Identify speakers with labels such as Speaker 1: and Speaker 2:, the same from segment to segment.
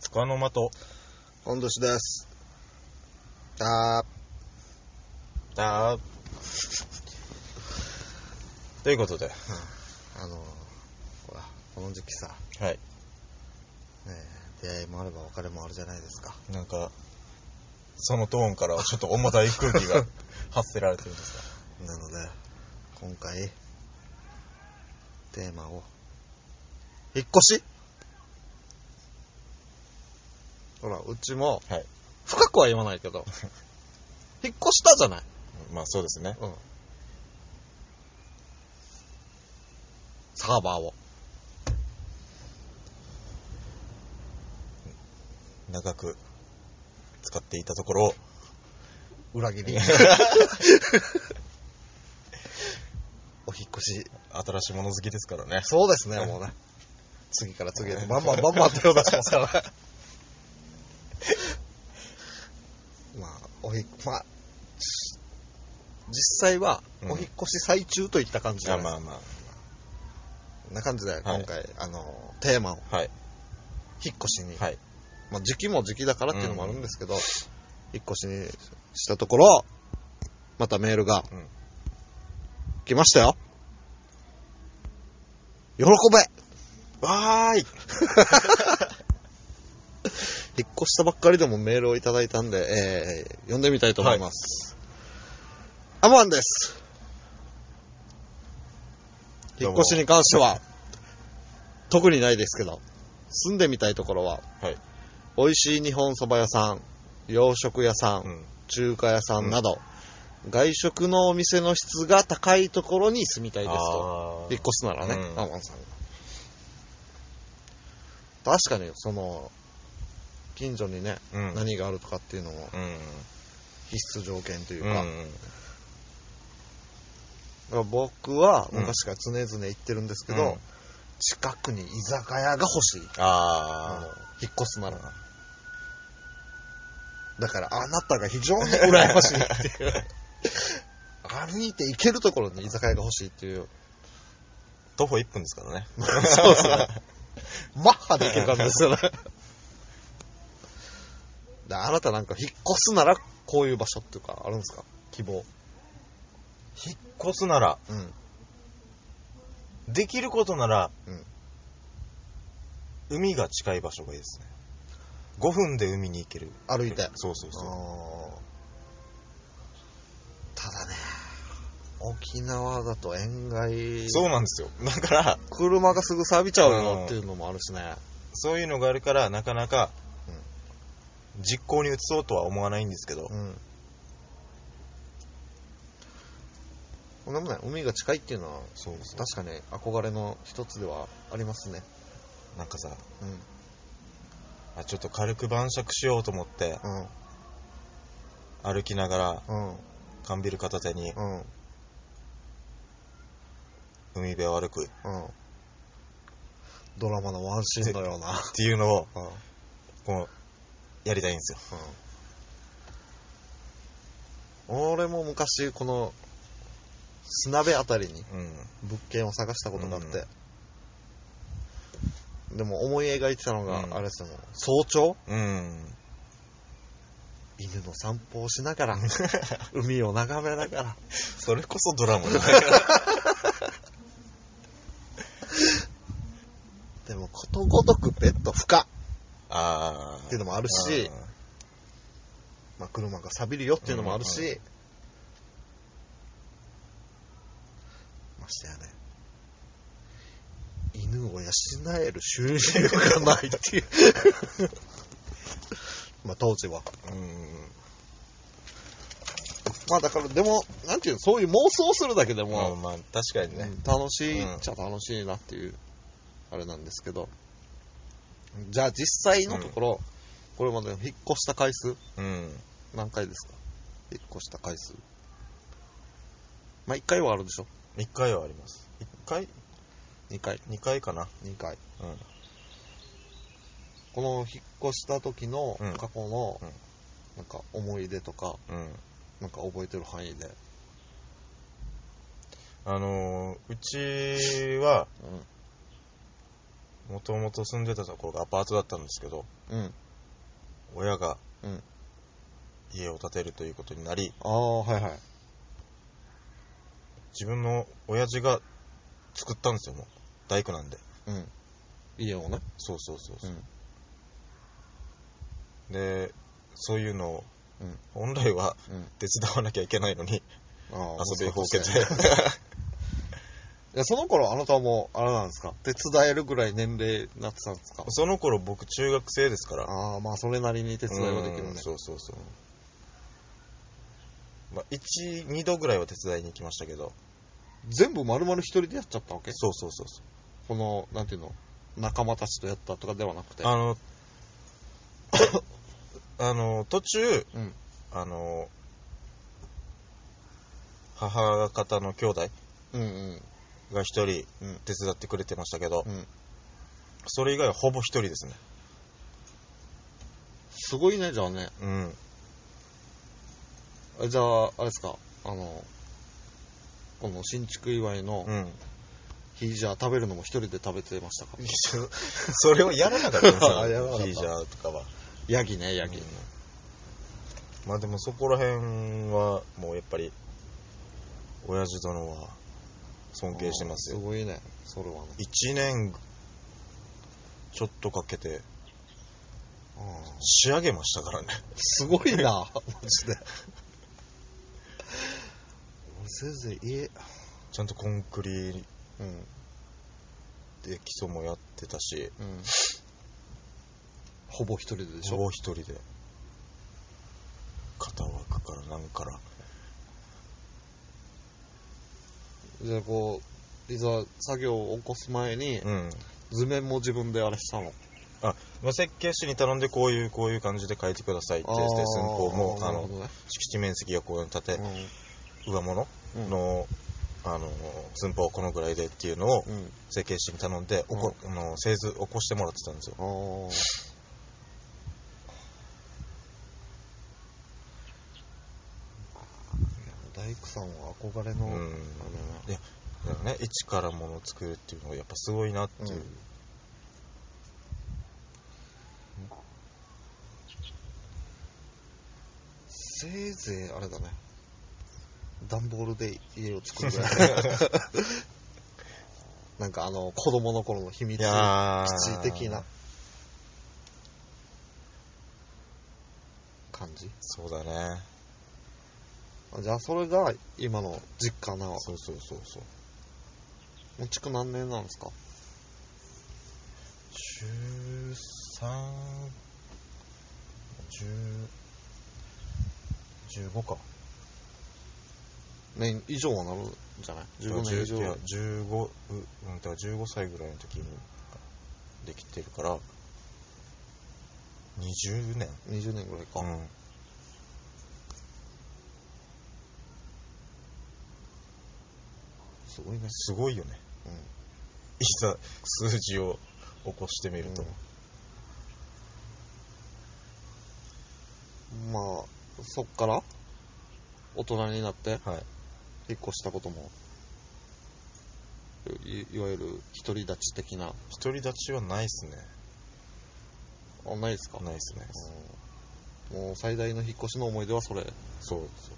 Speaker 1: つかの間と、
Speaker 2: 本年です。あ
Speaker 1: だー。ということで、
Speaker 2: ー、あのー、ほら、この時期さ、
Speaker 1: はい。
Speaker 2: ねえ、出会いもあれば別れもあるじゃないですか。
Speaker 1: なんか、そのトーンからはちょっと重たい空気 が発せられてるんですが。
Speaker 2: なので、今回、テーマを、引っ越しほら、うちも、
Speaker 1: はい
Speaker 2: 深くは言わないけど、引っ越したじゃない。
Speaker 1: まあそうですね。
Speaker 2: うん。サーバーを。
Speaker 1: 長く使っていたとこ ろ、
Speaker 2: 裏切り。 お引っ越し。
Speaker 1: 新しいもの好きですからね。
Speaker 2: そうですね、もうね。次から次へと、バンバンバンバン手を出しま すからね。 まあ、お引っ、まあ、し実際は、
Speaker 1: うん
Speaker 2: お引っ越し最中といった感じ
Speaker 1: あ
Speaker 2: なんです
Speaker 1: まあま
Speaker 2: な感じで、今
Speaker 1: はい
Speaker 2: 回、あの、テーマを、
Speaker 1: あ。はい。
Speaker 2: 引っ越しに、
Speaker 1: はい。
Speaker 2: まあ、時期も時期だからっていうのもあるんですけど、引っ越しにしたところ、またメールが
Speaker 1: うん、
Speaker 2: 来ましたよ。喜べ
Speaker 1: わーい
Speaker 2: 引っ越したばっかりでもメールをいただいたんで、えー、読んでみたいと思います。アマンです。
Speaker 1: ど
Speaker 2: 引
Speaker 1: う
Speaker 2: っ
Speaker 1: も
Speaker 2: 越しに関しては、特にないですけど、住んでみたいところは、
Speaker 1: はい
Speaker 2: 美味しい日本そば屋さん、洋食屋さん、
Speaker 1: うん。
Speaker 2: 中華屋さんなど、外食のお店の質が高いところに住みたいですと。
Speaker 1: あー
Speaker 2: 引っ越すならね、
Speaker 1: うん
Speaker 2: アマンさんが。確かに、その、近所にね、
Speaker 1: うん。
Speaker 2: 何があるとかっていうのも
Speaker 1: うん。
Speaker 2: 必須条件という
Speaker 1: う
Speaker 2: か、
Speaker 1: ん。
Speaker 2: だから僕は
Speaker 1: うん
Speaker 2: 昔から常々言ってるんですけど、
Speaker 1: うん
Speaker 2: 近くに居酒屋が欲しい。あの
Speaker 1: あ
Speaker 2: 引っ越すなら。だから、あなたが非常に羨 ましいっていう。歩いて行けるところに居酒屋が欲しいっていう。
Speaker 1: ー。徒歩1分ですからね。
Speaker 2: そうですね。マッハで行ける感じですよね。であなたなんか引っ越すならこういう場所っていうか、あるんですか希望。
Speaker 1: 引っ越すなら、
Speaker 2: うん。
Speaker 1: できることなら、
Speaker 2: うん
Speaker 1: 海が近い場所がいいですね5分で海に行ける
Speaker 2: 歩いて。
Speaker 1: そうそうそう
Speaker 2: あーただね、沖縄だと塩害、
Speaker 1: そうなんですよだから
Speaker 2: 車がすぐ錆びちゃうよっていうのもあるしね。
Speaker 1: そういうのがあるからなかなか
Speaker 2: う
Speaker 1: 実行に移そうとは思わないんですけど、
Speaker 2: うん。そんなもんない。海が近いっていうのは、
Speaker 1: そうそう
Speaker 2: 確かに憧れの一つではありますね。
Speaker 1: なんかさ
Speaker 2: うん。
Speaker 1: あちょっと軽く晩酌しようと思って
Speaker 2: うん。
Speaker 1: 歩きながら
Speaker 2: うん。
Speaker 1: 缶ビール片手に
Speaker 2: うん。
Speaker 1: 海辺を歩くっ
Speaker 2: うん。ドラマのワンシーンのような。
Speaker 1: ていうのを
Speaker 2: うん。
Speaker 1: こうやりたいんですよ
Speaker 2: 俺も昔、この、砂辺あたりに
Speaker 1: うん
Speaker 2: 物件を探したことがあって、でも思い描いてたのが
Speaker 1: う、ん
Speaker 2: あれですよ、もう早朝
Speaker 1: うん
Speaker 2: 犬の散歩をしなが ら、海を眺めながら、
Speaker 1: それこそドラ マだね
Speaker 2: でもことごとくベッド不可
Speaker 1: ああ
Speaker 2: っていうのもあるし、まあ、車が錆びるよっていうのもあるし、
Speaker 1: うんう
Speaker 2: ましてやね犬を養える収入がないっていう まあ当時は
Speaker 1: うん
Speaker 2: まあだからでもなんていうのそういう妄想するだけで
Speaker 1: まあ
Speaker 2: も、
Speaker 1: まあ確かにね、
Speaker 2: うん楽しいっちゃ楽しいなっていう、あれなんですけどじゃあ実際のところ、これまでの引っ越した回数
Speaker 1: うん、
Speaker 2: 何回ですか引っ越した回数まあ1回はあるでしょ
Speaker 1: 1回はあります1回
Speaker 2: 2回
Speaker 1: 2回かな
Speaker 2: 2回
Speaker 1: うん
Speaker 2: この引っ越した時の
Speaker 1: うん
Speaker 2: 過去の
Speaker 1: うん
Speaker 2: なんか思い出とか
Speaker 1: うん
Speaker 2: なんか覚えてる範囲で
Speaker 1: あのーうちはもともと住んでたところがアパートだったんですけど、
Speaker 2: うん。
Speaker 1: 親が
Speaker 2: うん
Speaker 1: 家を建てるということになり、
Speaker 2: ああ、はいはい。
Speaker 1: 自分の親父が作ったんですよ、もう。大工なんで。
Speaker 2: うん。家をね。
Speaker 1: そうそうそうそうう、
Speaker 2: ん。
Speaker 1: で、そういうのを、
Speaker 2: うん
Speaker 1: 本来は
Speaker 2: うん。
Speaker 1: 手伝わなきゃいけないのに、
Speaker 2: ああ、
Speaker 1: 遊びほうけて
Speaker 2: い。や、その頃あなたはもう、あれなんですか手伝えるぐらい年齢になってたんですか
Speaker 1: その頃僕中学生ですから、
Speaker 2: ああ、まあそれなりに手伝いはできる
Speaker 1: うん
Speaker 2: ね。
Speaker 1: そうそうそう。まあ、1、2度ぐらいは手伝いに行きましたけど、
Speaker 2: 全部丸々一人でやっちゃったわけ
Speaker 1: そうそうそうそう。
Speaker 2: この、なんていうの仲間たちとやったとかではなくて。
Speaker 1: あの、 あの、途中、
Speaker 2: うん。
Speaker 1: あの、母方の兄弟
Speaker 2: うんうん。
Speaker 1: が一人
Speaker 2: うん
Speaker 1: 手伝ってくれてましたけど、
Speaker 2: うん。
Speaker 1: それ以外はほぼ一人ですね。
Speaker 2: すごいね、じゃあね。
Speaker 1: うん。
Speaker 2: あじゃあ、あれですかあの、この新築祝いの
Speaker 1: うん。
Speaker 2: 日じゃあ食べるのも一人で食べてましたか、
Speaker 1: それをやらなかったんですよ
Speaker 2: あやらなかった
Speaker 1: ヒージャーとかは。
Speaker 2: ヤギね、ヤギ。
Speaker 1: うんまあでもそこら辺は、もうやっぱり、親父殿は尊敬してます
Speaker 2: あー
Speaker 1: よ。
Speaker 2: すごいね、それはね。
Speaker 1: 1年ちょっとかけて
Speaker 2: あー
Speaker 1: 仕上げましたからね。
Speaker 2: すごいな、マジで。俺せいぜい家、
Speaker 1: ちゃんとコンクリ
Speaker 2: うん、
Speaker 1: で基礎もやってたし、
Speaker 2: うん。ほぼ一人ででし
Speaker 1: ほぼ
Speaker 2: ょ
Speaker 1: 一人で肩枠からなんから
Speaker 2: じゃあこう、いざ作業を起こす前に、
Speaker 1: うん、
Speaker 2: 図面も自分であれしたの。
Speaker 1: まあ、設計士に頼んでこういうこういう感じで書いてくださいって言って寸法も
Speaker 2: あー
Speaker 1: あ
Speaker 2: な
Speaker 1: の
Speaker 2: るほどね。
Speaker 1: 敷地面積がこう縦上物
Speaker 2: うん
Speaker 1: の,、あの寸法はこのぐらいでっていうのを
Speaker 2: うん。
Speaker 1: 設計士に頼んでおこ、あの製図起こしてもらってたんですよ
Speaker 2: あー大工さんは憧れの、
Speaker 1: うん
Speaker 2: あれだ
Speaker 1: だからね一からものを作るっていうのがやっぱすごいなっていう、
Speaker 2: うんせいぜいあれだね段ボールで家を作るぐらいなんかあの子供の頃の秘密
Speaker 1: い
Speaker 2: 基
Speaker 1: やー
Speaker 2: 地的な感じ
Speaker 1: そうだね
Speaker 2: あじゃあそれが今の実家なわ
Speaker 1: そうそうそうそう
Speaker 2: もう築何年なんですか
Speaker 1: 中3 10 15か
Speaker 2: 年以上はなるんじゃない15年以上
Speaker 1: いや15ううんだから15歳ぐらいの時にできてるから20年
Speaker 2: 20年ぐらいか、
Speaker 1: うん
Speaker 2: すごいね
Speaker 1: すごいよね
Speaker 2: うん
Speaker 1: いざ数字を起こしてみると、
Speaker 2: まあそっから大人になって
Speaker 1: はい
Speaker 2: 引っ越したこともいいわゆる独り立ち的な
Speaker 1: 独り立ちはないっすね
Speaker 2: あないですか、
Speaker 1: ないっすね
Speaker 2: うんもう最大の引っ越しの思い出はそれ
Speaker 1: そうそ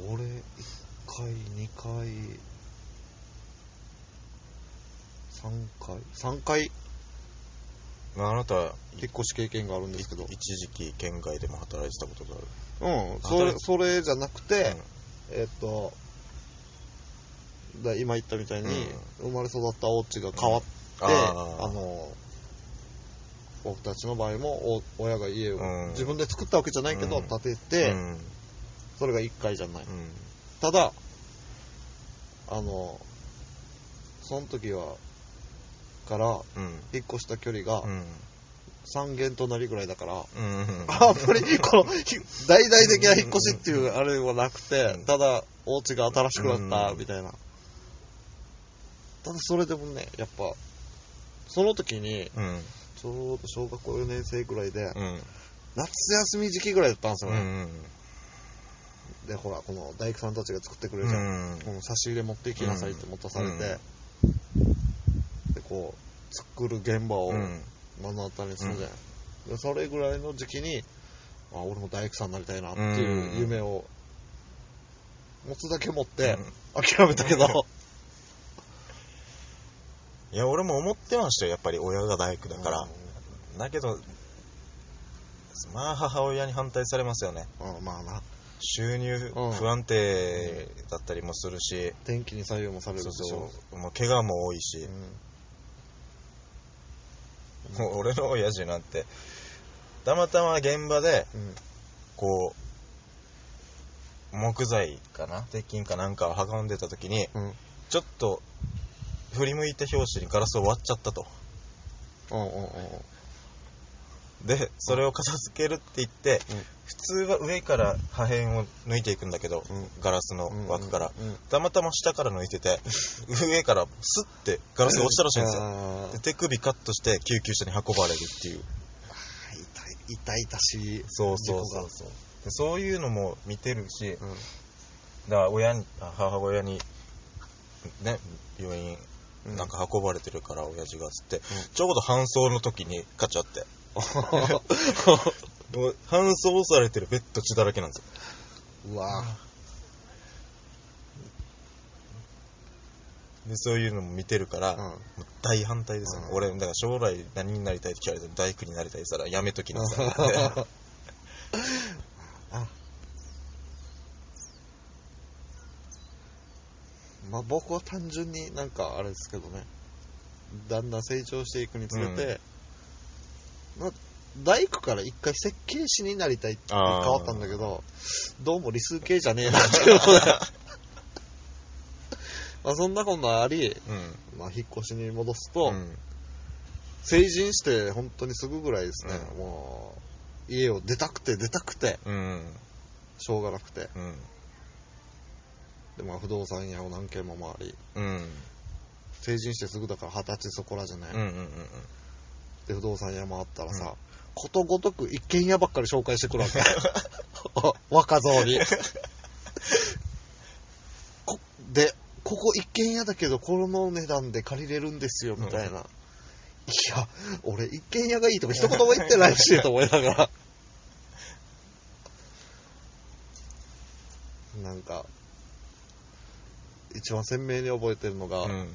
Speaker 1: う
Speaker 2: 俺1回2回3回3回
Speaker 1: まああなた
Speaker 2: 引っ越し経験があるんですけど
Speaker 1: い一時期県外でも働いてたことがある
Speaker 2: うん、それ、それじゃなくて、えっと、だ今言ったみたいに、生まれ育ったお家が変わって、
Speaker 1: うんあー
Speaker 2: あの、僕たちの場合も、お親が家を
Speaker 1: うん
Speaker 2: 自分で作ったわけじゃないけど、
Speaker 1: うん
Speaker 2: 建てて、
Speaker 1: うんうん
Speaker 2: それが1回じゃない。ただ、あの、その時は、から、
Speaker 1: うん
Speaker 2: 引っ越した距離が
Speaker 1: うん
Speaker 2: 3軒隣ぐらいだから、
Speaker 1: うんうん
Speaker 2: あんまり、この、ひ大々的な引っ越しっていうあれはなくて
Speaker 1: うん、
Speaker 2: ただ、お家が新しくなった、
Speaker 1: うん
Speaker 2: みたいな。ただ、それでもね、やっぱ、その時に、
Speaker 1: うん
Speaker 2: ちょうど小学校4年生ぐらいで、
Speaker 1: うん
Speaker 2: 夏休み時期ぐらいだったんです
Speaker 1: う
Speaker 2: よ
Speaker 1: んう
Speaker 2: ね。
Speaker 1: ん
Speaker 2: で、ほら、この大工さんたちが作ってくれ
Speaker 1: う
Speaker 2: るじゃん。
Speaker 1: ん
Speaker 2: この差し入れ持っていきなさいって持たされ
Speaker 1: うん
Speaker 2: て、でこう作る現場を
Speaker 1: うん。
Speaker 2: 目の当たりにするじゃない、でそれぐらいの時期にあ俺も大工さんになりたいなっていう夢を持つだけ持って諦めたけど、
Speaker 1: いや、俺も思ってましたよ。やっぱり親が大工だから。だけど、まあ母親に反対されますよね。
Speaker 2: うん、うんまあな
Speaker 1: 収入
Speaker 2: うん
Speaker 1: 不安定だったりもするし、
Speaker 2: 天気に左右もされる
Speaker 1: そ
Speaker 2: で
Speaker 1: う
Speaker 2: しょ
Speaker 1: そうもう怪我も多いし、もう俺の親父なんて、たまたま現場で、
Speaker 2: うんうん
Speaker 1: こう、木材かな鉄筋かなんかを運んでた時に、
Speaker 2: うん
Speaker 1: ちょっと振り向いた拍子にガラスを割っちゃったと。
Speaker 2: うんうんうん
Speaker 1: で、それを片付けるって言って、
Speaker 2: うん
Speaker 1: 普通は上から破片を抜いていくんだけど、
Speaker 2: うん
Speaker 1: ガラスの
Speaker 2: うん
Speaker 1: 枠から。
Speaker 2: うんうん
Speaker 1: たまたま下から抜いてて、上からスッてガラスが落ちたらしいんですよ。
Speaker 2: あー
Speaker 1: で手首カットして救急車に運ばれるっていう。
Speaker 2: 痛い痛い痛しい
Speaker 1: そうそうそうそう。でそういうのも見てるし、
Speaker 2: うん
Speaker 1: だから親に、あ母親に、ね、病院
Speaker 2: う
Speaker 1: なんか運ばれてるから、親父がつって、
Speaker 2: ん
Speaker 1: ちょうど搬送の時にカチャ って。
Speaker 2: う
Speaker 1: もう搬送されてるベッド血だらけなんですよ。
Speaker 2: わ
Speaker 1: で、そういうのも見てるから、
Speaker 2: うん
Speaker 1: もう大反対ですよね。
Speaker 2: うん
Speaker 1: 俺、だから将来何になりたいって聞かれても大工になりたいって言ったらやめときな さいって。
Speaker 2: まあ僕は単純になんかあれですけどねだんだん成長していくにつれて、まあ、大工から一回設計士になりたいって変
Speaker 1: あー
Speaker 2: わったんだけどどうも理数系じゃねえなっていうので まあそんなことあり、
Speaker 1: うん。
Speaker 2: まあ、引っ越しに戻すと、
Speaker 1: うん
Speaker 2: 成人して本当にすぐぐらいですね、
Speaker 1: うん
Speaker 2: もう家を出たくて出たくて
Speaker 1: うん。
Speaker 2: しょうがなくて
Speaker 1: うん。
Speaker 2: で、まあ、不動産屋を何軒も回り
Speaker 1: うん。
Speaker 2: 成人してすぐだから二十歳そこらじゃない、
Speaker 1: うん。うん。うん。
Speaker 2: で不動産屋回ったらさ、
Speaker 1: うん
Speaker 2: ことごとく一軒家ばっかり紹介してくるわけ 若造にこでここ一軒家だけどこの値段で借りれるんですよみたいな、いや俺一軒家がいいとか一言も言ってないしと思いながら なんか一番鮮明に覚えてるのが、
Speaker 1: うん。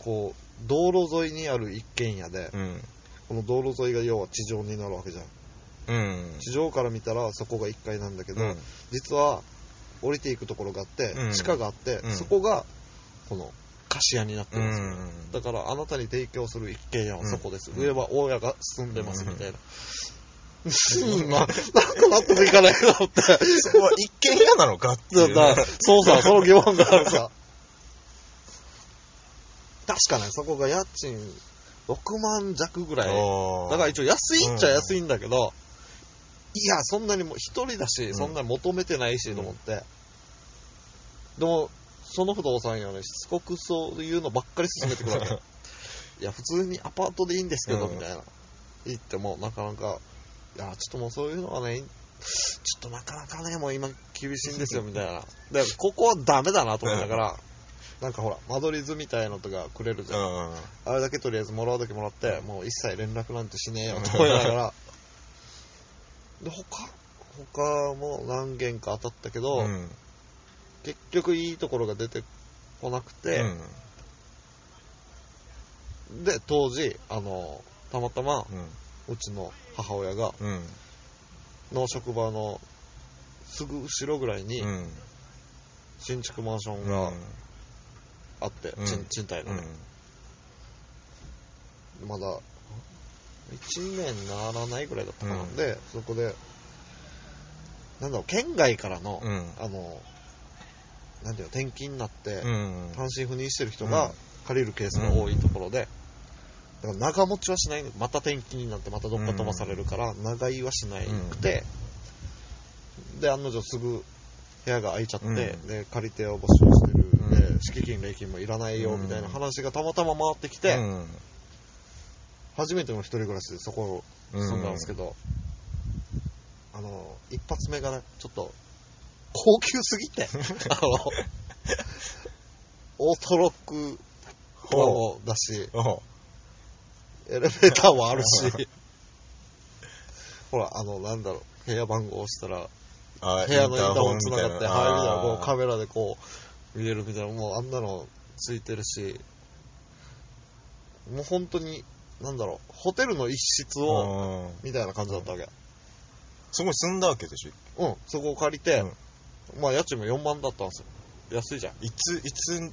Speaker 2: こう道路沿いにある一軒家で、
Speaker 1: うん。
Speaker 2: この道路沿いが要は地上になるわけじゃん
Speaker 1: うん。
Speaker 2: 地上から見たらそこが1階なんだけど、
Speaker 1: うん
Speaker 2: 実は降りていくところがあって、
Speaker 1: うん
Speaker 2: 地下があって、
Speaker 1: うん
Speaker 2: そこがこの貸し屋になって
Speaker 1: う
Speaker 2: ます、
Speaker 1: ん。
Speaker 2: だからあなたに提供する一軒家はそこです、
Speaker 1: うん
Speaker 2: 上は大家が住んでま
Speaker 1: う
Speaker 2: す
Speaker 1: ん
Speaker 2: みたいな、うん、 ななんか納得いかないなって
Speaker 1: そこは一軒家なのかっていう、
Speaker 2: だからそうさその疑問があるさ確かねそこが家賃6万弱ぐらい
Speaker 1: おー
Speaker 2: だから一応安いっちゃ安いんだけど、いや、そんなにもう一人だし、
Speaker 1: ん
Speaker 2: そんなに求めてないしと思って。でも、その不動産屋はね、しつこくそういうのばっかり勧めてくるわ け。いや、普通にアパートでいいんですけど、
Speaker 1: うん
Speaker 2: みたいな。言っても、なかなか、いや、ちょっともうそういうのはね、ちょっとなかなかね、もう今厳しいんですよ、みたいな。で、ここはダメだなと思ったから、なんかほら、間取り図みたいのとかくれるじゃん。
Speaker 1: うん。
Speaker 2: あれだけとりあえずもらうだけもらって、もう一切連絡なんてしねえよ と思いながら。で、他、他も何件か当たったけど、
Speaker 1: うん。
Speaker 2: 結局いいところが出てこなくて、
Speaker 1: うん。
Speaker 2: で、当時、あの、たまたま、
Speaker 1: うん。
Speaker 2: うちの母親が、
Speaker 1: うん。
Speaker 2: の職場のすぐ後ろぐらいに
Speaker 1: う、ん。
Speaker 2: 新築マンション
Speaker 1: う
Speaker 2: が
Speaker 1: ん。
Speaker 2: あって、
Speaker 1: うん
Speaker 2: 賃賃貸のね、まだ1年ならないぐらいだったかな、
Speaker 1: うん
Speaker 2: でそこでなんだろう県外からの、
Speaker 1: うん
Speaker 2: あのなんていうの転勤になって、
Speaker 1: うん。
Speaker 2: 単身赴任してる人
Speaker 1: う
Speaker 2: が
Speaker 1: ん
Speaker 2: 借りるケースが多いところで、だから長持ちはしないまた転勤になってまたどっか飛ばされるから、長居はしないくて、で案の定すぐ部屋が空いちゃって、
Speaker 1: うん
Speaker 2: で借り手を募集してる、
Speaker 1: ん
Speaker 2: で敷金礼金もいらないよみたいな話がたまたま回ってきて、
Speaker 1: うん
Speaker 2: 初めての一人暮らしでそこを住んだんですけど、あの一発 目がねちょっと高級すぎてあのオートロックもだし、
Speaker 1: おう
Speaker 2: エレベーターもあるし、ほら、あの、なんだろう、部屋番号を押したら、
Speaker 1: あ
Speaker 2: 部屋のインターホン
Speaker 1: み
Speaker 2: 繋
Speaker 1: たい
Speaker 2: が
Speaker 1: な
Speaker 2: って、はい、みたいな、こ
Speaker 1: あ
Speaker 2: う
Speaker 1: ー
Speaker 2: カメラでこう、見えるみたいな、もうあんなのついてるし、もう本当に、なんだろう、ホテルの一室
Speaker 1: う
Speaker 2: を、
Speaker 1: ん
Speaker 2: みたいな感じだったわけ。
Speaker 1: すごい住んだわけでしょ
Speaker 2: うん、そこを借りて、
Speaker 1: うん
Speaker 2: まあ家賃も4万だったんですよ。安いじゃん、
Speaker 1: いついつ
Speaker 2: 二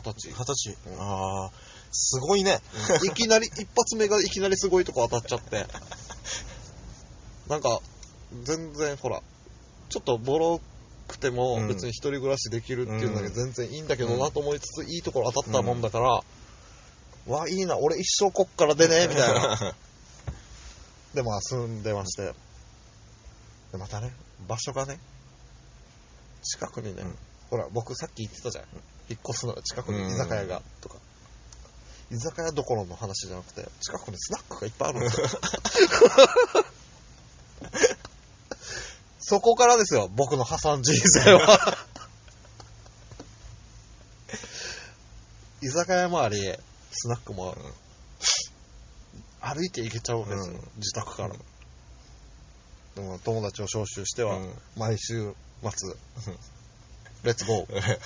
Speaker 2: 十歳。
Speaker 1: 二十歳、
Speaker 2: うん
Speaker 1: ああすごいね
Speaker 2: いきなり、一発目がいきなりすごいとこ当たっちゃって。なんか、全然ほら、ちょっとボロくて
Speaker 1: う
Speaker 2: も
Speaker 1: ん
Speaker 2: 別に一人暮らしできるっていうの
Speaker 1: う
Speaker 2: が
Speaker 1: ん
Speaker 2: 全然いいんだけどなと思いつつ、いいところ当たったもんだから、わ、いいな、俺一生こっから出ねえ、みたいな。で、まあ住んでまして。で、またね、場所がね、近くにね、
Speaker 1: うん
Speaker 2: ほら、僕さっき言ってたじゃん。引っ越すの近くに居酒屋が、とか。居酒屋どころの話じゃなくて、近くにスナックがいっぱいあるんで すよ。そこからですよ、僕の破産人生は。居酒屋もあり、スナックもある。歩いて行けちゃうわけですよ、
Speaker 1: うん
Speaker 2: 自宅から
Speaker 1: うん。
Speaker 2: でも友達を招集して
Speaker 1: で
Speaker 2: は、毎週末、レッツゴー。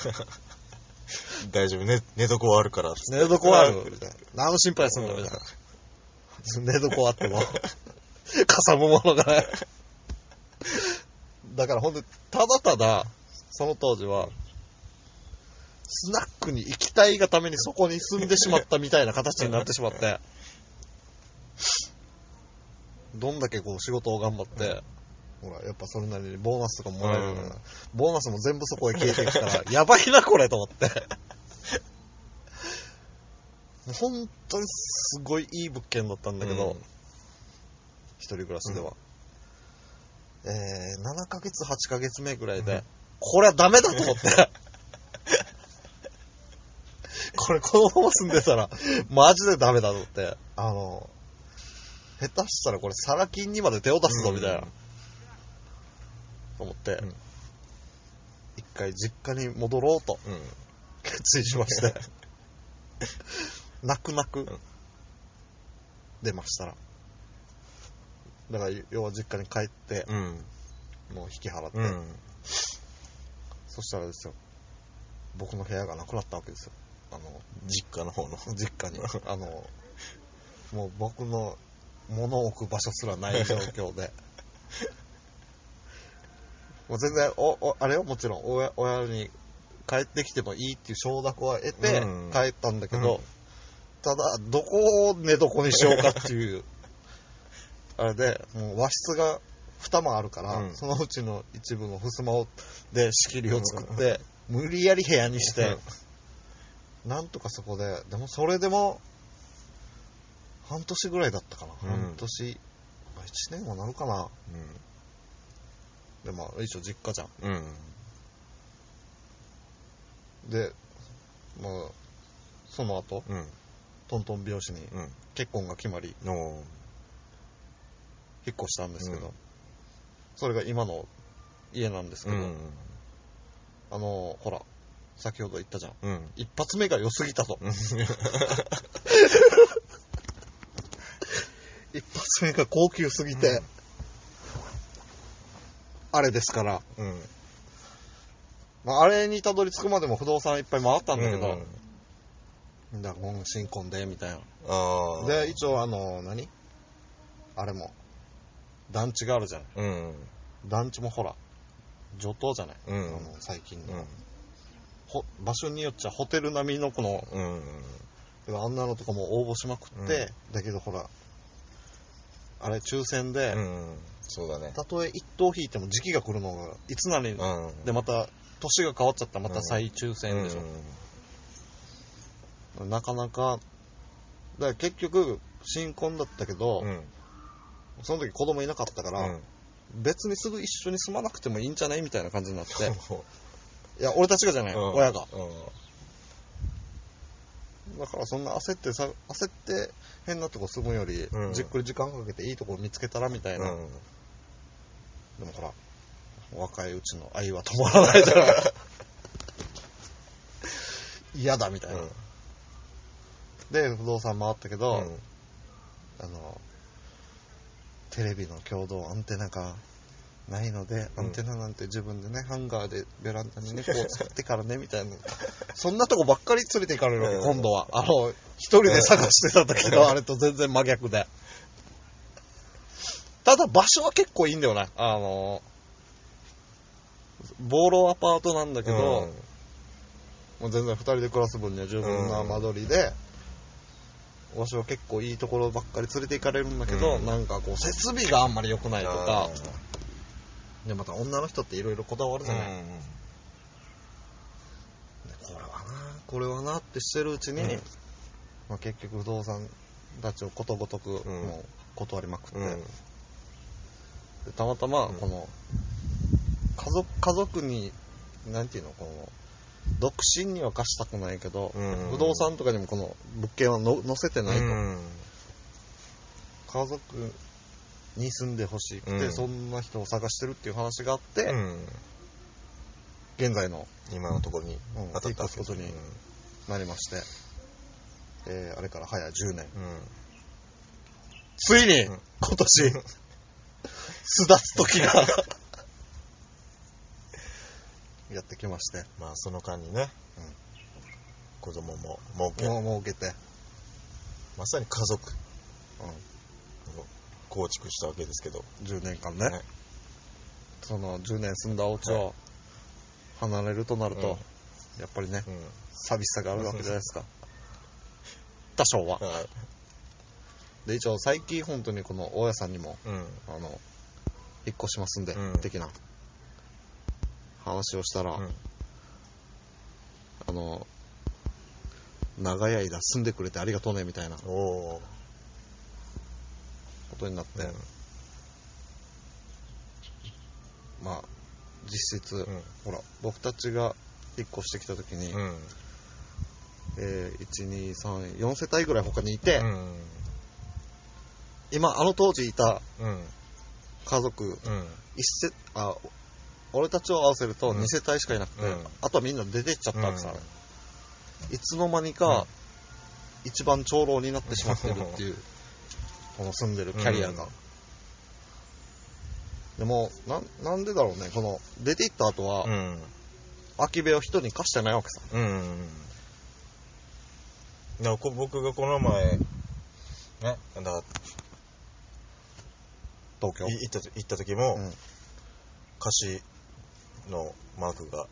Speaker 1: 大丈夫、ね、寝床はあるから
Speaker 2: 寝床はあるみたいな。何の心配すんのみたいな。寝床あっても、 かさむものがない。 だから本当に、ただただ、その当時は、スナックに行きたいがためにそこに住んでしまったみたいな形になってしまって、どんだけこう仕事を頑張って、ほら、やっぱそれなりにボーナスとかもらえるから、
Speaker 1: うん
Speaker 2: ボーナスも全部そこへ消えていくから、やばいなこれと思って。もう本当にすごいいい物件だったんだけど、
Speaker 1: うん
Speaker 2: 一人暮らしでは。えー、7ヶ月、8ヶ月目ぐらいで、
Speaker 1: うん
Speaker 2: これはダメだと 思って。これこのまま住んでたら、マジでダメだと思って。あの、下手したらこれサラ金にまで手を出すぞみたいな。
Speaker 1: うん
Speaker 2: と思って、
Speaker 1: うん
Speaker 2: 一回実家に戻ろうと
Speaker 1: うん。
Speaker 2: 決意しまして、 泣く泣く
Speaker 1: ん
Speaker 2: 出ましたら。だから、要は実家に帰って、
Speaker 1: うん。
Speaker 2: もう引き払って、
Speaker 1: うん。
Speaker 2: そしたらですよ、僕の部屋がなくなったわけですよ。あの、
Speaker 1: 実家の方の。
Speaker 2: 実家に。あの、もう僕の物を置く場所すらない状況で。 もう全然、お、お、あれよ、もちろん、親、親に帰ってきてもいいっていう承諾は得て
Speaker 1: うん
Speaker 2: 帰ったんだけど、
Speaker 1: うん
Speaker 2: ただ、どこを寝床にしようかっ ていう、あれで、もう和室が2間あるから、
Speaker 1: うん
Speaker 2: そのうちの一部の襖をで仕切りを作って、無理やり部屋にして、なんとかそこで、でもそれでも、半年ぐらいだったかな。
Speaker 1: うん
Speaker 2: 半年、1年はなるかな。で、まあ、一応実家じゃん。
Speaker 1: うん。うん。
Speaker 2: で、まあ、その後、
Speaker 1: うん。
Speaker 2: トントン拍子に
Speaker 1: うん。
Speaker 2: 結婚が決まり、
Speaker 1: の、
Speaker 2: 引っ越したんですけど、
Speaker 1: うん
Speaker 2: それが今の家なんですけ
Speaker 1: う
Speaker 2: ど、
Speaker 1: ん。
Speaker 2: あの、ほら、先ほど言ったじゃん。
Speaker 1: うん。
Speaker 2: 一発目が良すぎた と。一発目が高級すぎて、
Speaker 1: うん
Speaker 2: あれですから、
Speaker 1: うん。
Speaker 2: まあ、あれにたどり着くまでも不動産いっぱい回ったんだけ
Speaker 1: う
Speaker 2: ど
Speaker 1: ん、
Speaker 2: だからもう新婚で、みたいな。
Speaker 1: ああ。
Speaker 2: で、一応あの、何あれも、団地があるじゃない。
Speaker 1: うん。
Speaker 2: 団地もほら、上等じゃない、
Speaker 1: うん
Speaker 2: あの最近
Speaker 1: う
Speaker 2: の、
Speaker 1: ん。
Speaker 2: ほ場所によっちゃホテル並みのこの、
Speaker 1: うん。
Speaker 2: あんなのとかも応募しまくって、だけどほら、あれ抽選で、
Speaker 1: うん。そうだね。
Speaker 2: たとえ一等引いても時期が来るのが、いつなりに、
Speaker 1: うん。
Speaker 2: で、また、年が変わっちゃったらまた再抽
Speaker 1: う
Speaker 2: 選でしょ。
Speaker 1: ん。
Speaker 2: なかなか、だから結局、新婚だったけど、
Speaker 1: うん。
Speaker 2: その時子供いなかったか
Speaker 1: う
Speaker 2: ら、
Speaker 1: ん。
Speaker 2: 別にすぐ一緒に住まなくてもいいんじゃないみたいな感じになって、
Speaker 1: そう
Speaker 2: いや、俺たちがじゃない、
Speaker 1: うん
Speaker 2: 親が。
Speaker 1: う
Speaker 2: だからそんな焦ってさ、焦って変なとこ住むより、
Speaker 1: うん
Speaker 2: じっくり時間かけていいとこ見つけたらみたい
Speaker 1: ん。う
Speaker 2: な。
Speaker 1: ん。
Speaker 2: でもほら、若いうちの愛は止まらないじゃない。 嫌だみたいな、
Speaker 1: うん
Speaker 2: で不動産回ったけど、
Speaker 1: うん
Speaker 2: あのテレビの共同アンテナがないので、
Speaker 1: うん
Speaker 2: アンテナなんて自分でねハンガーでベランダに 猫を作ってからねみたいなそんなとこばっかり連れて行かれるわけ、
Speaker 1: うん
Speaker 2: 今度はあの一人で探してた時
Speaker 1: う
Speaker 2: の
Speaker 1: ん
Speaker 2: あれと全然真逆でただ場所は結構いいんだよねあのボロアパートなんだけど、
Speaker 1: うん
Speaker 2: もう全然2人で暮らす分には十分な間取りで、わしは結構いいところばっかり連れて行かれるんだけど、
Speaker 1: うん
Speaker 2: なんかこう設備があんまり良くないとか、
Speaker 1: う
Speaker 2: でまた女の人っていろいろこだわるじゃない、で
Speaker 1: ん
Speaker 2: これはなこれはなってしてるうちに、
Speaker 1: うん
Speaker 2: まあ、結局不動産たちをことごとくもう
Speaker 1: うん
Speaker 2: 断りまくって、
Speaker 1: うん
Speaker 2: でたまたま
Speaker 1: うん
Speaker 2: この家族家族になんていうのこの独身には貸したくないけど、
Speaker 1: うん
Speaker 2: 不動産とかにもこの物件はの載せてないと、
Speaker 1: うん
Speaker 2: 家族に住んでほしくて、
Speaker 1: うん
Speaker 2: そんな人を探してるっていう話があって、
Speaker 1: うん
Speaker 2: 現在の
Speaker 1: 今のところに
Speaker 2: うん
Speaker 1: 当たったわけ
Speaker 2: 引っ越すことになりまして、えーあれから早10
Speaker 1: う
Speaker 2: 年
Speaker 1: んうん
Speaker 2: ついに
Speaker 1: うん
Speaker 2: 今年、 巣立つ時が やってきまして
Speaker 1: まあその間にね、
Speaker 2: うん
Speaker 1: 子供も儲け
Speaker 2: もう儲けて、
Speaker 1: まさに家族
Speaker 2: う
Speaker 1: 構築したわけですけど
Speaker 2: ん、10年間ね
Speaker 1: ね
Speaker 2: その10年住んだお家を離れるとなると、やっぱりね
Speaker 1: うん
Speaker 2: 寂しさがあるわけじゃないですか多少は
Speaker 1: はい
Speaker 2: で一応最近本当にこの大家さんにも
Speaker 1: うん
Speaker 2: あの引っ越しますんで、
Speaker 1: うん
Speaker 2: 的な話をしたら、
Speaker 1: うん
Speaker 2: あの長い間住んでくれてありがとうねみたいなこ
Speaker 1: おお
Speaker 2: とになって、まあ実質、
Speaker 1: うん
Speaker 2: ほら僕たちが引っ越してきた時に、
Speaker 1: うん
Speaker 2: えー、1234世帯ぐらい他にいて、
Speaker 1: うん
Speaker 2: 今あの当時いた
Speaker 1: うん
Speaker 2: 家族
Speaker 1: うん
Speaker 2: 一世あ俺たちを合わせると
Speaker 1: うん
Speaker 2: 2世帯しかいなくて、
Speaker 1: うん
Speaker 2: あとはみんな出てっちゃったわけさ、いつの間に
Speaker 1: うん
Speaker 2: か一番長老になってしまってるっ ていうこの住んでるキャリアが、
Speaker 1: うん
Speaker 2: でもなんなんでだろうねこの出て行った後は、
Speaker 1: うん
Speaker 2: 空き部屋を人に貸してないわけさ
Speaker 1: うんだからこ僕がこの前ねだから
Speaker 2: 東京
Speaker 1: い行った行った時も、
Speaker 2: うん
Speaker 1: 歌詞のマークが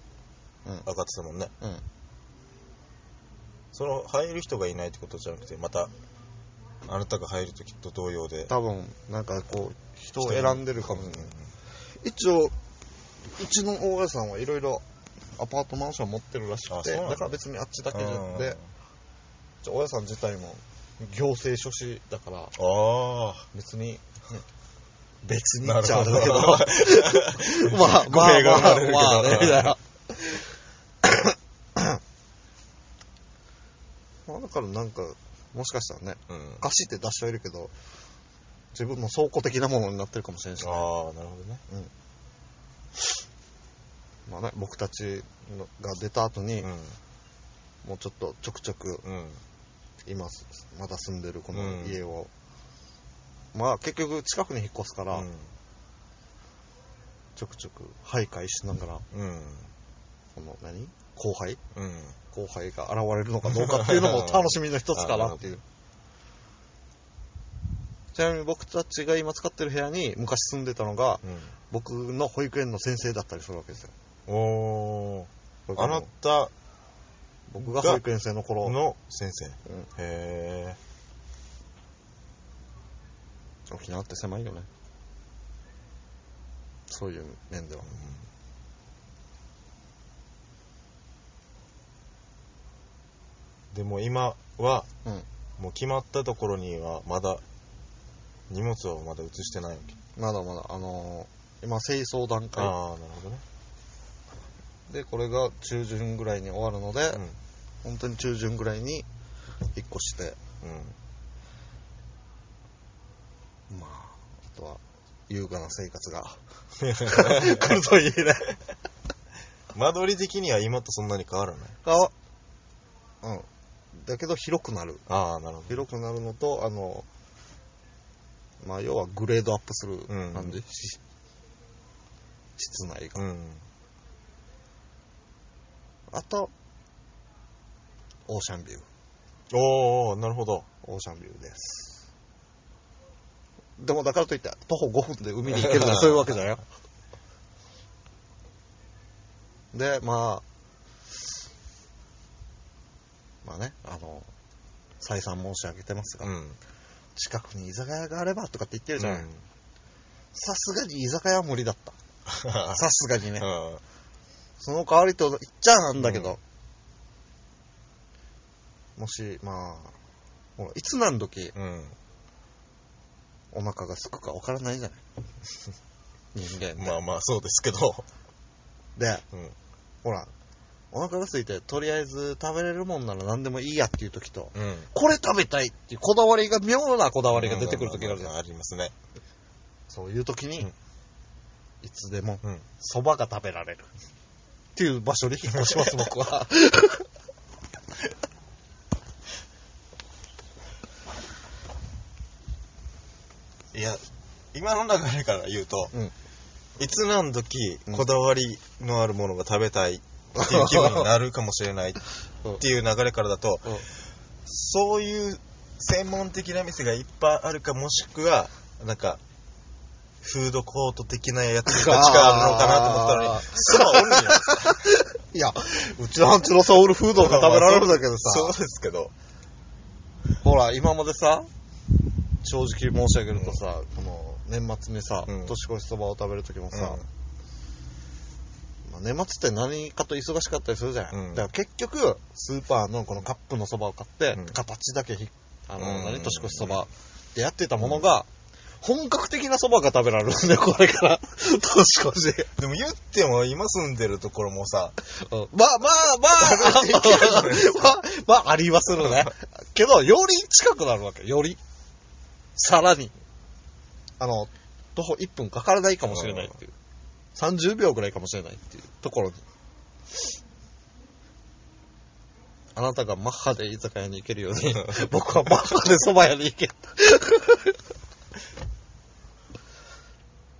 Speaker 2: うん
Speaker 1: 上がってたもんね
Speaker 2: うん
Speaker 1: その入る人がいないってことじゃなくてまたあなたが入る時と同様で
Speaker 2: 多分なんかこう人を選んでるかもしれない、
Speaker 1: う
Speaker 2: 一応うちの大家さんはいろいろアパートマンション持ってるらしく
Speaker 1: あ
Speaker 2: て
Speaker 1: そうなんだ
Speaker 2: だから別にあっちだけ
Speaker 1: ん
Speaker 2: で
Speaker 1: うん
Speaker 2: でじゃあ大家さん自体も行政書士だから
Speaker 1: ああ
Speaker 2: 別に、ね別に
Speaker 1: な
Speaker 2: っ
Speaker 1: る
Speaker 2: ちゃ
Speaker 1: ほ
Speaker 2: あれ
Speaker 1: ど
Speaker 2: だけどま あ
Speaker 1: 語
Speaker 2: まあ
Speaker 1: 弊が
Speaker 2: ま
Speaker 1: 生ま
Speaker 2: あ
Speaker 1: れるけど
Speaker 2: まあねみたいな まあだからなんかもしかしたらね
Speaker 1: うんあ
Speaker 2: 貸しって出してはいるけど自分の倉庫的なものになってるかもしれないしね
Speaker 1: あなるほどね
Speaker 2: まあね、僕たちのが出た後に、
Speaker 1: う
Speaker 2: もうちょっとちょくちょく
Speaker 1: んうん
Speaker 2: 今すまだ住んでるこの
Speaker 1: うん
Speaker 2: 家を、まあ結局近くに引っ越すから、
Speaker 1: うん
Speaker 2: ちょくちょく徘徊しながら
Speaker 1: うん
Speaker 2: この何後輩
Speaker 1: うん
Speaker 2: 後輩が現れるのかどうかっていうのも楽しみの一つかなっていう ちなみに僕たちが今使ってる部屋に昔住んでたのが
Speaker 1: う
Speaker 2: 僕の保育園の先生だったりするわけですよ
Speaker 1: んおおあなた
Speaker 2: 僕が保育園生の頃
Speaker 1: の先生
Speaker 2: うん
Speaker 1: へえ
Speaker 2: 沖縄って狭いよねそういう面では
Speaker 1: でも今は、
Speaker 2: うん
Speaker 1: もう決まったところにはまだ荷物をまだ移してないわけ
Speaker 2: まだまだあのー今清掃段階
Speaker 1: ああなるほどね
Speaker 2: でこれが中旬ぐらいに終わるので、本当に中旬ぐらいに引っ越して
Speaker 1: うんうん
Speaker 2: まああとは優雅な生活が 来るといいね
Speaker 1: 間取り的には今とそんなに変わらない
Speaker 2: が
Speaker 1: うん。
Speaker 2: だけど広くなる
Speaker 1: ああ、なるほど。
Speaker 2: 広くなるのとあのまあ要はグレードアップする
Speaker 1: うん
Speaker 2: 感じ、し室内が、
Speaker 1: うん。
Speaker 2: あとオーシャンビュー
Speaker 1: おー、なるほど。
Speaker 2: オーシャンビューですでもだからといって徒歩5分で海に行け るとかそういうわけじゃないよでまあまあねあの再三申し上げてますが、
Speaker 1: うん。
Speaker 2: 近くに居酒屋があればとかって言ってるじゃない、
Speaker 1: うん
Speaker 2: さすがに居酒屋は無理だった。さすがにね。
Speaker 1: うん
Speaker 2: その代わりと言っちゃなんだけど。もし、まあ、ほらいつ何 時
Speaker 1: うん。
Speaker 2: お腹が空くか分からないじゃない。 人間って。
Speaker 1: まあまあ、そうですけど。
Speaker 2: で、
Speaker 1: うん
Speaker 2: ほら、お腹が空いて、とりあえず食べれるもんなら何でもいいやっていう時と、
Speaker 1: うん。
Speaker 2: これ食べたいっていうこだわりが、妙なこだわりが出てくる時があるじゃん。
Speaker 1: ありますね。
Speaker 2: そういう時に、
Speaker 1: うん
Speaker 2: いつでも
Speaker 1: うん、
Speaker 2: 蕎麦が食べられる。っていう場所に引っ越します、僕 は。
Speaker 1: いや、今の流れから言うと、
Speaker 2: うん
Speaker 1: いつ何時
Speaker 2: うん
Speaker 1: こだわりのあるものが食べたいっていう気分になるかもしれないっていう流れからだ と、
Speaker 2: うん
Speaker 1: そういう専門的な店がいっぱいあるかもしくはなんかフードコート的なやつたちがあるのかなと思ったのに
Speaker 2: あー
Speaker 1: そばおるんや
Speaker 2: いや、うちのハンチのソウルフードが食べられるんだけど
Speaker 1: そう
Speaker 2: さ、
Speaker 1: ですけど
Speaker 2: ほら、今までさ、正直申し上げるとさ、この年末にさ、
Speaker 1: うん
Speaker 2: 年越しそばを食べるときもさ、
Speaker 1: うん
Speaker 2: まあ年末って何かと忙しかったりするじゃない、
Speaker 1: うん
Speaker 2: だから結局、スーパーのこのカップのそばを買って、
Speaker 1: うん
Speaker 2: 形だけひ、あの、
Speaker 1: うん
Speaker 2: 何、年越しそばでやってたものが、本格的なそばが食べられるんだよ、これから。 年越し。
Speaker 1: でも言っても今住んでるところもさ
Speaker 2: うんまあまあまあ、まあ、まあ、ありはするね。けど、より近くなるわけ、より。さらに。あの、徒歩1分かからないかもしれないっていう。30秒ぐらいかもしれないっていうところに。あなたがマッハで居酒屋に行けるように、僕はマッハで蕎麦屋に行けた。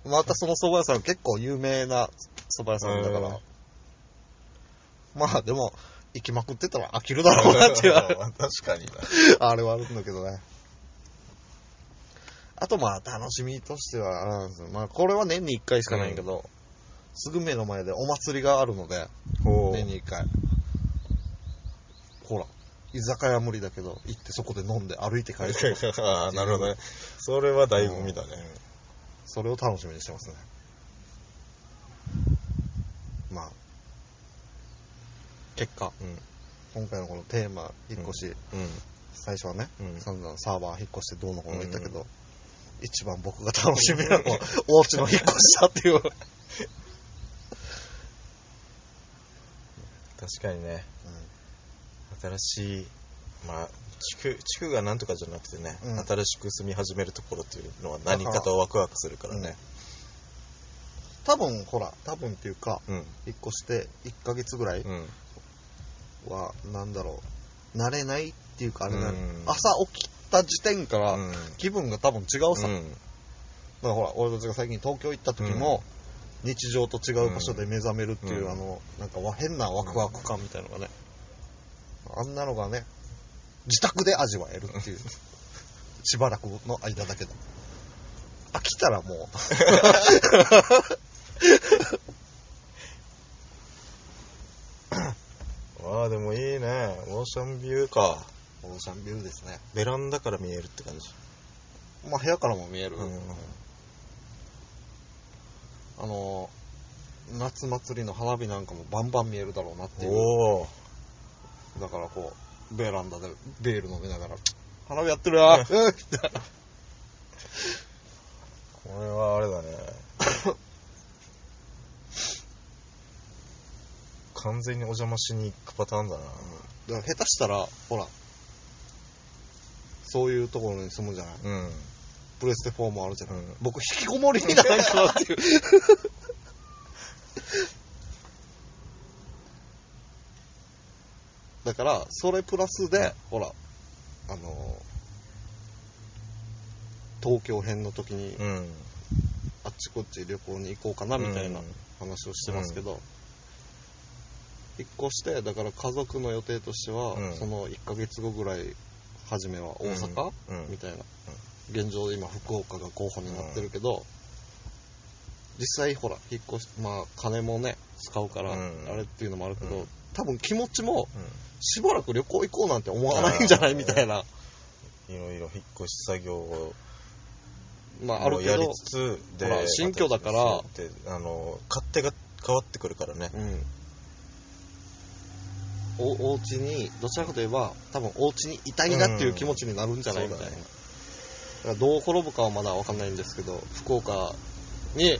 Speaker 2: またその蕎麦屋さん結構有名な蕎麦屋さんだから、
Speaker 1: うん
Speaker 2: まあでも、行きまくってたら飽きるだろうなっていう あれ
Speaker 1: 確かにな
Speaker 2: あれはあるんだけどね。あとまあ楽しみとしてはあれなんですよ。まあこれは年に1回しかないけど、すぐ目の前でお祭りがあるので、
Speaker 1: ほう
Speaker 2: 年に1回。ほら、居酒屋無理だけど、行ってそこで飲んで歩いて帰る。
Speaker 1: あーなるほどねそれは醍醐味だね
Speaker 2: それを楽しみにしてますね。まあ、結果、
Speaker 1: うん
Speaker 2: 今回のこのテーマ、引っ越し、最初はね、
Speaker 1: うん
Speaker 2: 散々サーバー引っ越してどうのこうの言ったけど、
Speaker 1: う
Speaker 2: 一番僕が楽しみなのは、お家の引っ越しだっていう。
Speaker 1: 確かにね新しいまあ地区地区がなんとかじゃなくてね、
Speaker 2: うん
Speaker 1: 新しく住み始めるところっていうのは何かとワクワクするからね
Speaker 2: 多分、ほら、多分っていうか、
Speaker 1: うん
Speaker 2: 引っ越して1ヶ月ぐらい
Speaker 1: うん
Speaker 2: は、なんだろう、慣れないっていうか、あれな、
Speaker 1: うん
Speaker 2: 朝起きた時点から、
Speaker 1: うん
Speaker 2: 気分が多分違うさ、
Speaker 1: うん
Speaker 2: だからほら、俺たちが最近東京行った時も、日常と違う場所で目覚めるっていう、
Speaker 1: うん
Speaker 2: あの、なんかわ変なワクワク感みたいなのがね、あんなのがね、自宅で味わえる っていう、しばらくの間だけど。飽きたら も
Speaker 1: ああでもいいねオーシャンビューか
Speaker 2: う、オーシャンビューですね。
Speaker 1: ベランダから見えるって感じ
Speaker 2: まあ部屋からも見える。
Speaker 1: うん
Speaker 2: あの、夏祭りの花火なんかもバンバン見えるだろうなっていう。
Speaker 1: おお
Speaker 2: だからこう、ベランダでビール飲みながら、 花火やってるな、 うん
Speaker 1: これはあれだね 完全にお邪魔しに行くパターンだな
Speaker 2: だから下手したら、ほら、そういうところに住むじゃない
Speaker 1: うん、
Speaker 2: プレステ4もあるじゃない、
Speaker 1: うん
Speaker 2: 僕、引きこもりにならんかなっていう。 だから、それプラスで、
Speaker 1: うん
Speaker 2: ほら、あの、東京編の時に、
Speaker 1: うん。
Speaker 2: あっちこっち旅行に行こうかなみたいな話をしてますけど、引っ越してだから家族の予定としては、
Speaker 1: うん
Speaker 2: その1ヶ月後ぐらい初めは大阪、
Speaker 1: うんうん
Speaker 2: みたいな、現状今福岡が候補になってるけど、実際ほら引っ越しまあ金もね使うから、
Speaker 1: うん
Speaker 2: あれっていうのもあるけど、
Speaker 1: うん
Speaker 2: 多分気持ちも
Speaker 1: うん
Speaker 2: しばらく旅行行こうなんて思わないんじゃない
Speaker 1: あー
Speaker 2: みたいない
Speaker 1: ろいろ引っ越し作業を
Speaker 2: まああるけ
Speaker 1: やり
Speaker 2: ど、
Speaker 1: つつで
Speaker 2: ほら新居だから
Speaker 1: 私であの勝手が変わってくるからね
Speaker 2: うん、おお家にどちらかといえば多分お家にいたいなっていう気持ちになるんじゃない
Speaker 1: うん
Speaker 2: みたいな、
Speaker 1: そうだね
Speaker 2: だからどう転ぶかはまだ分かんないんですけど福岡に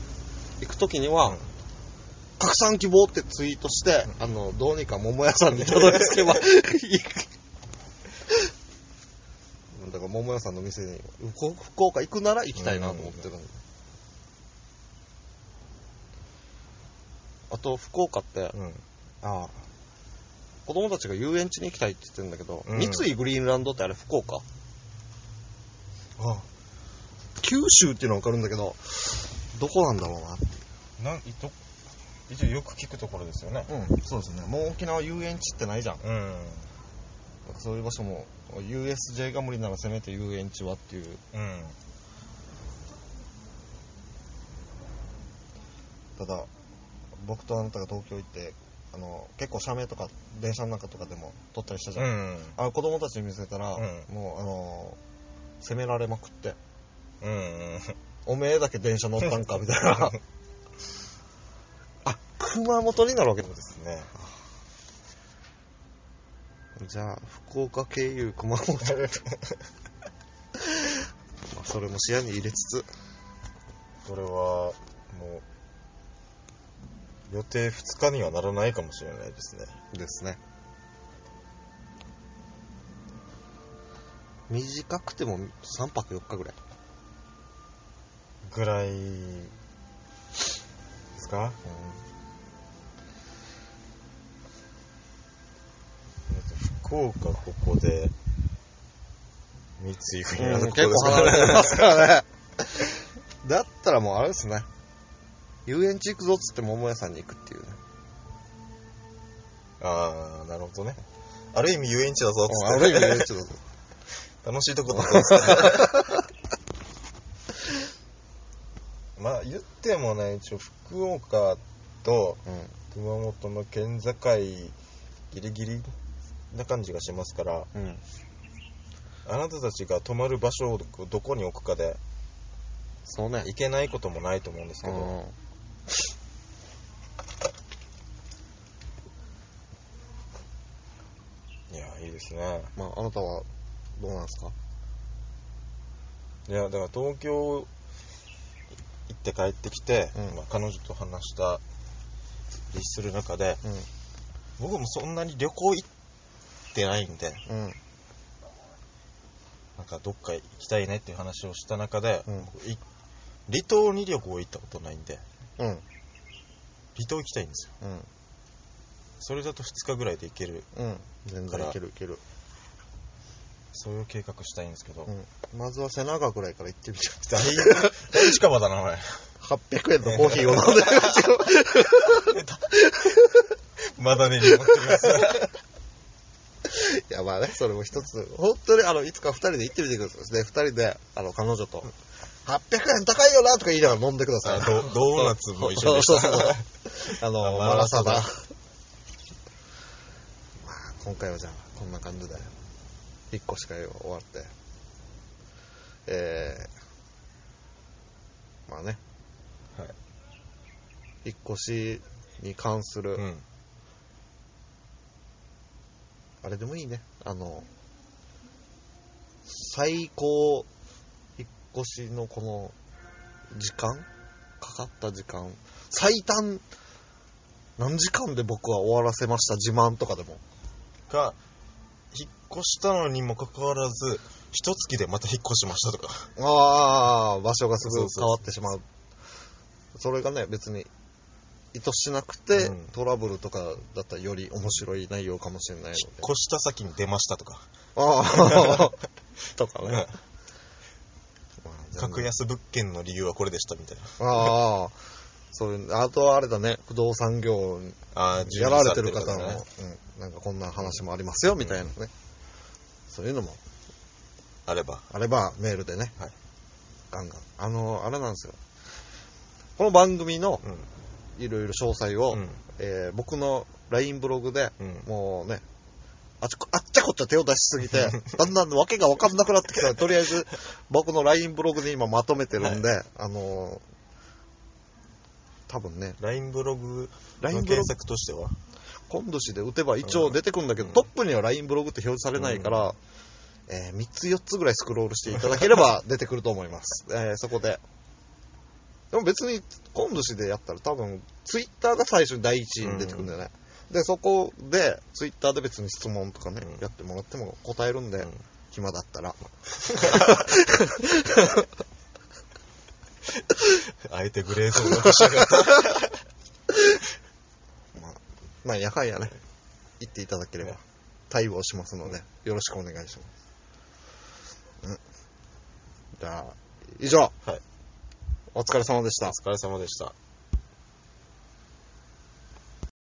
Speaker 2: 行く時には、
Speaker 1: うん
Speaker 2: 拡散希望ってツイートして、あのどうにか桃屋さんに届けばいいだから桃屋さんの店に福福岡行くなら行きたいなと思ってるんで、あと福岡って、
Speaker 1: うん
Speaker 2: ああ子供たちが遊園地に行きたいって言ってるんだけど、
Speaker 1: うん
Speaker 2: 三井グリーンランドってあれ福岡
Speaker 1: あ
Speaker 2: 九州っていうのは分かるんだけどどこなんだろうな
Speaker 1: なんいと一応よく聞くところですよね
Speaker 2: うんそうですねもう沖縄遊園地ってないじゃん
Speaker 1: うん
Speaker 2: そういう場所も USJ が無理ならせめて遊園地はっていう
Speaker 1: うん
Speaker 2: ただ僕とあなたが東京行ってあの結構社名とか電車の中とかでも撮ったりしたじゃ、
Speaker 1: うんん
Speaker 2: あの子供たちに見せたら、
Speaker 1: うん
Speaker 2: もうあの責められまくって
Speaker 1: うん
Speaker 2: おめえだけ電車乗ったんかみたい なあ熊本になるわけ
Speaker 1: そうですね
Speaker 2: じゃあ福岡経由熊本 まあそれも視野に入れつつ
Speaker 1: これはもう予定2日にはならないかもしれないですね
Speaker 2: ですね短くても3泊4日ぐらい
Speaker 1: ぐらいですか福岡ここで三井フィンランドここ
Speaker 2: 結
Speaker 1: です
Speaker 2: 構
Speaker 1: から
Speaker 2: 離
Speaker 1: ね
Speaker 2: れてますからね だったらもうあれですね遊園地行くぞっつって桃屋さんに行くっていうね
Speaker 1: ああなるほどねある意味遊園地だぞっ
Speaker 2: あ
Speaker 1: つって
Speaker 2: る意味遊園地だぞ
Speaker 1: 楽しいとこだぞっつ ってまあ言ってもね一応福岡と
Speaker 2: う
Speaker 1: 熊本の県境ギリギリな感じがしますから
Speaker 2: んうん
Speaker 1: あなたたちが泊まる場所をどこに置くかで
Speaker 2: そうね
Speaker 1: 行けないこともないと思うんですけど、
Speaker 2: うん
Speaker 1: いやいいですね
Speaker 2: まああなたはどうなんですか
Speaker 1: いやだから東京行って帰ってきて、
Speaker 2: うん
Speaker 1: まあ、彼女と話したりする中で
Speaker 2: う
Speaker 1: 僕もそんなに旅行行ってないんで
Speaker 2: んうん
Speaker 1: なんかどっか行きたいねっていう話をした中で、
Speaker 2: うん
Speaker 1: 僕い離島に旅行行ったことないんで
Speaker 2: うん
Speaker 1: 離島行きたいんですよ
Speaker 2: うん
Speaker 1: それだと2日ぐらいで行ける
Speaker 2: うん全然いけるいける、
Speaker 1: そういう計画したいんですけど、
Speaker 2: うん、まずは背中ぐらいから行って みちゃ
Speaker 1: だ
Speaker 2: う
Speaker 1: いぶだいぶ近場だな おい
Speaker 2: 800円のコーヒーを飲んでみちゃう
Speaker 1: まだねに持ってき ます
Speaker 2: い やまあねそれも一つ本当にあのいつか2人で行ってみてくださいで2人であの彼女と800円高いよなとか言いながら飲んでくださ
Speaker 1: あ
Speaker 2: い
Speaker 1: ドドーナツも一緒でした
Speaker 2: そうそうそうあの
Speaker 1: あ
Speaker 2: マラサ
Speaker 1: マ
Speaker 2: ダ
Speaker 1: ラ
Speaker 2: まあ今回はじゃあこんな感じで1個しか終わってえー、まあね、
Speaker 1: はい、
Speaker 2: 引っ越しに関する、
Speaker 1: うん
Speaker 2: あれでもいいねあの最高引っ越しのこの時間かかった時間最短何時間で僕は終わらせました自慢とかでも
Speaker 1: が引っ越したのにもかかわらず一月でまた引っ越しましたとか
Speaker 2: ああ場所がす
Speaker 1: そ
Speaker 2: ぐ
Speaker 1: うそうそう
Speaker 2: 変わってしまうそれがね別に意図しなくて、
Speaker 1: うん
Speaker 2: トラブルとかだったらより面白い内容かもしれないので
Speaker 1: 引っ越した先に出ましたとか、
Speaker 2: あ あ とかね、まあ全然
Speaker 1: 格安物件の理由はこれでしたみたいな。
Speaker 2: ああそういうあとはあれだね不動産業
Speaker 1: あー
Speaker 2: やられてる方
Speaker 1: 準
Speaker 2: の、
Speaker 1: 備されてるね
Speaker 2: うん、なんかこんな話もありますよみたいなね、そういうのも
Speaker 1: あれば。
Speaker 2: あればメールでね、
Speaker 1: はい
Speaker 2: ガンガンあのあれなんですよこの番組の
Speaker 1: うん。
Speaker 2: いろいろ詳細を、
Speaker 1: うん
Speaker 2: えー僕の LINE ブログで、
Speaker 1: うん
Speaker 2: もうねあちこあっちゃこっちゃ手を出しすぎ てだんだんわけが分かんなくなってきたとりあえず僕の LINE ブログで今まとめてるんで、あのー多分ね
Speaker 1: LINE ブログの
Speaker 2: LINE ブロ
Speaker 1: 検
Speaker 2: グ
Speaker 1: 索としては、
Speaker 2: 今度しで打てば一応出てくるんだけど、
Speaker 1: うん
Speaker 2: トップには LINE ブログって表示されないから、えー3つ4つぐらいスクロールしていただければ出てくると思います、 えーそこででも別に今度しでやったら多分ツイッターが最初に第一位に出てくるんだよね、でそこでツイッターで別に質問とかね、
Speaker 1: うん
Speaker 2: やってもらっても答えるんで、
Speaker 1: うん
Speaker 2: 暇だったら
Speaker 1: あえてグレーゾーン のしやがった。
Speaker 2: まあやかんやね言っていただければ
Speaker 1: ね
Speaker 2: 対応しますので、よろしくお願いします、うん、じゃあ以上
Speaker 1: はい
Speaker 2: お疲れ様でした
Speaker 1: お疲れ様でした。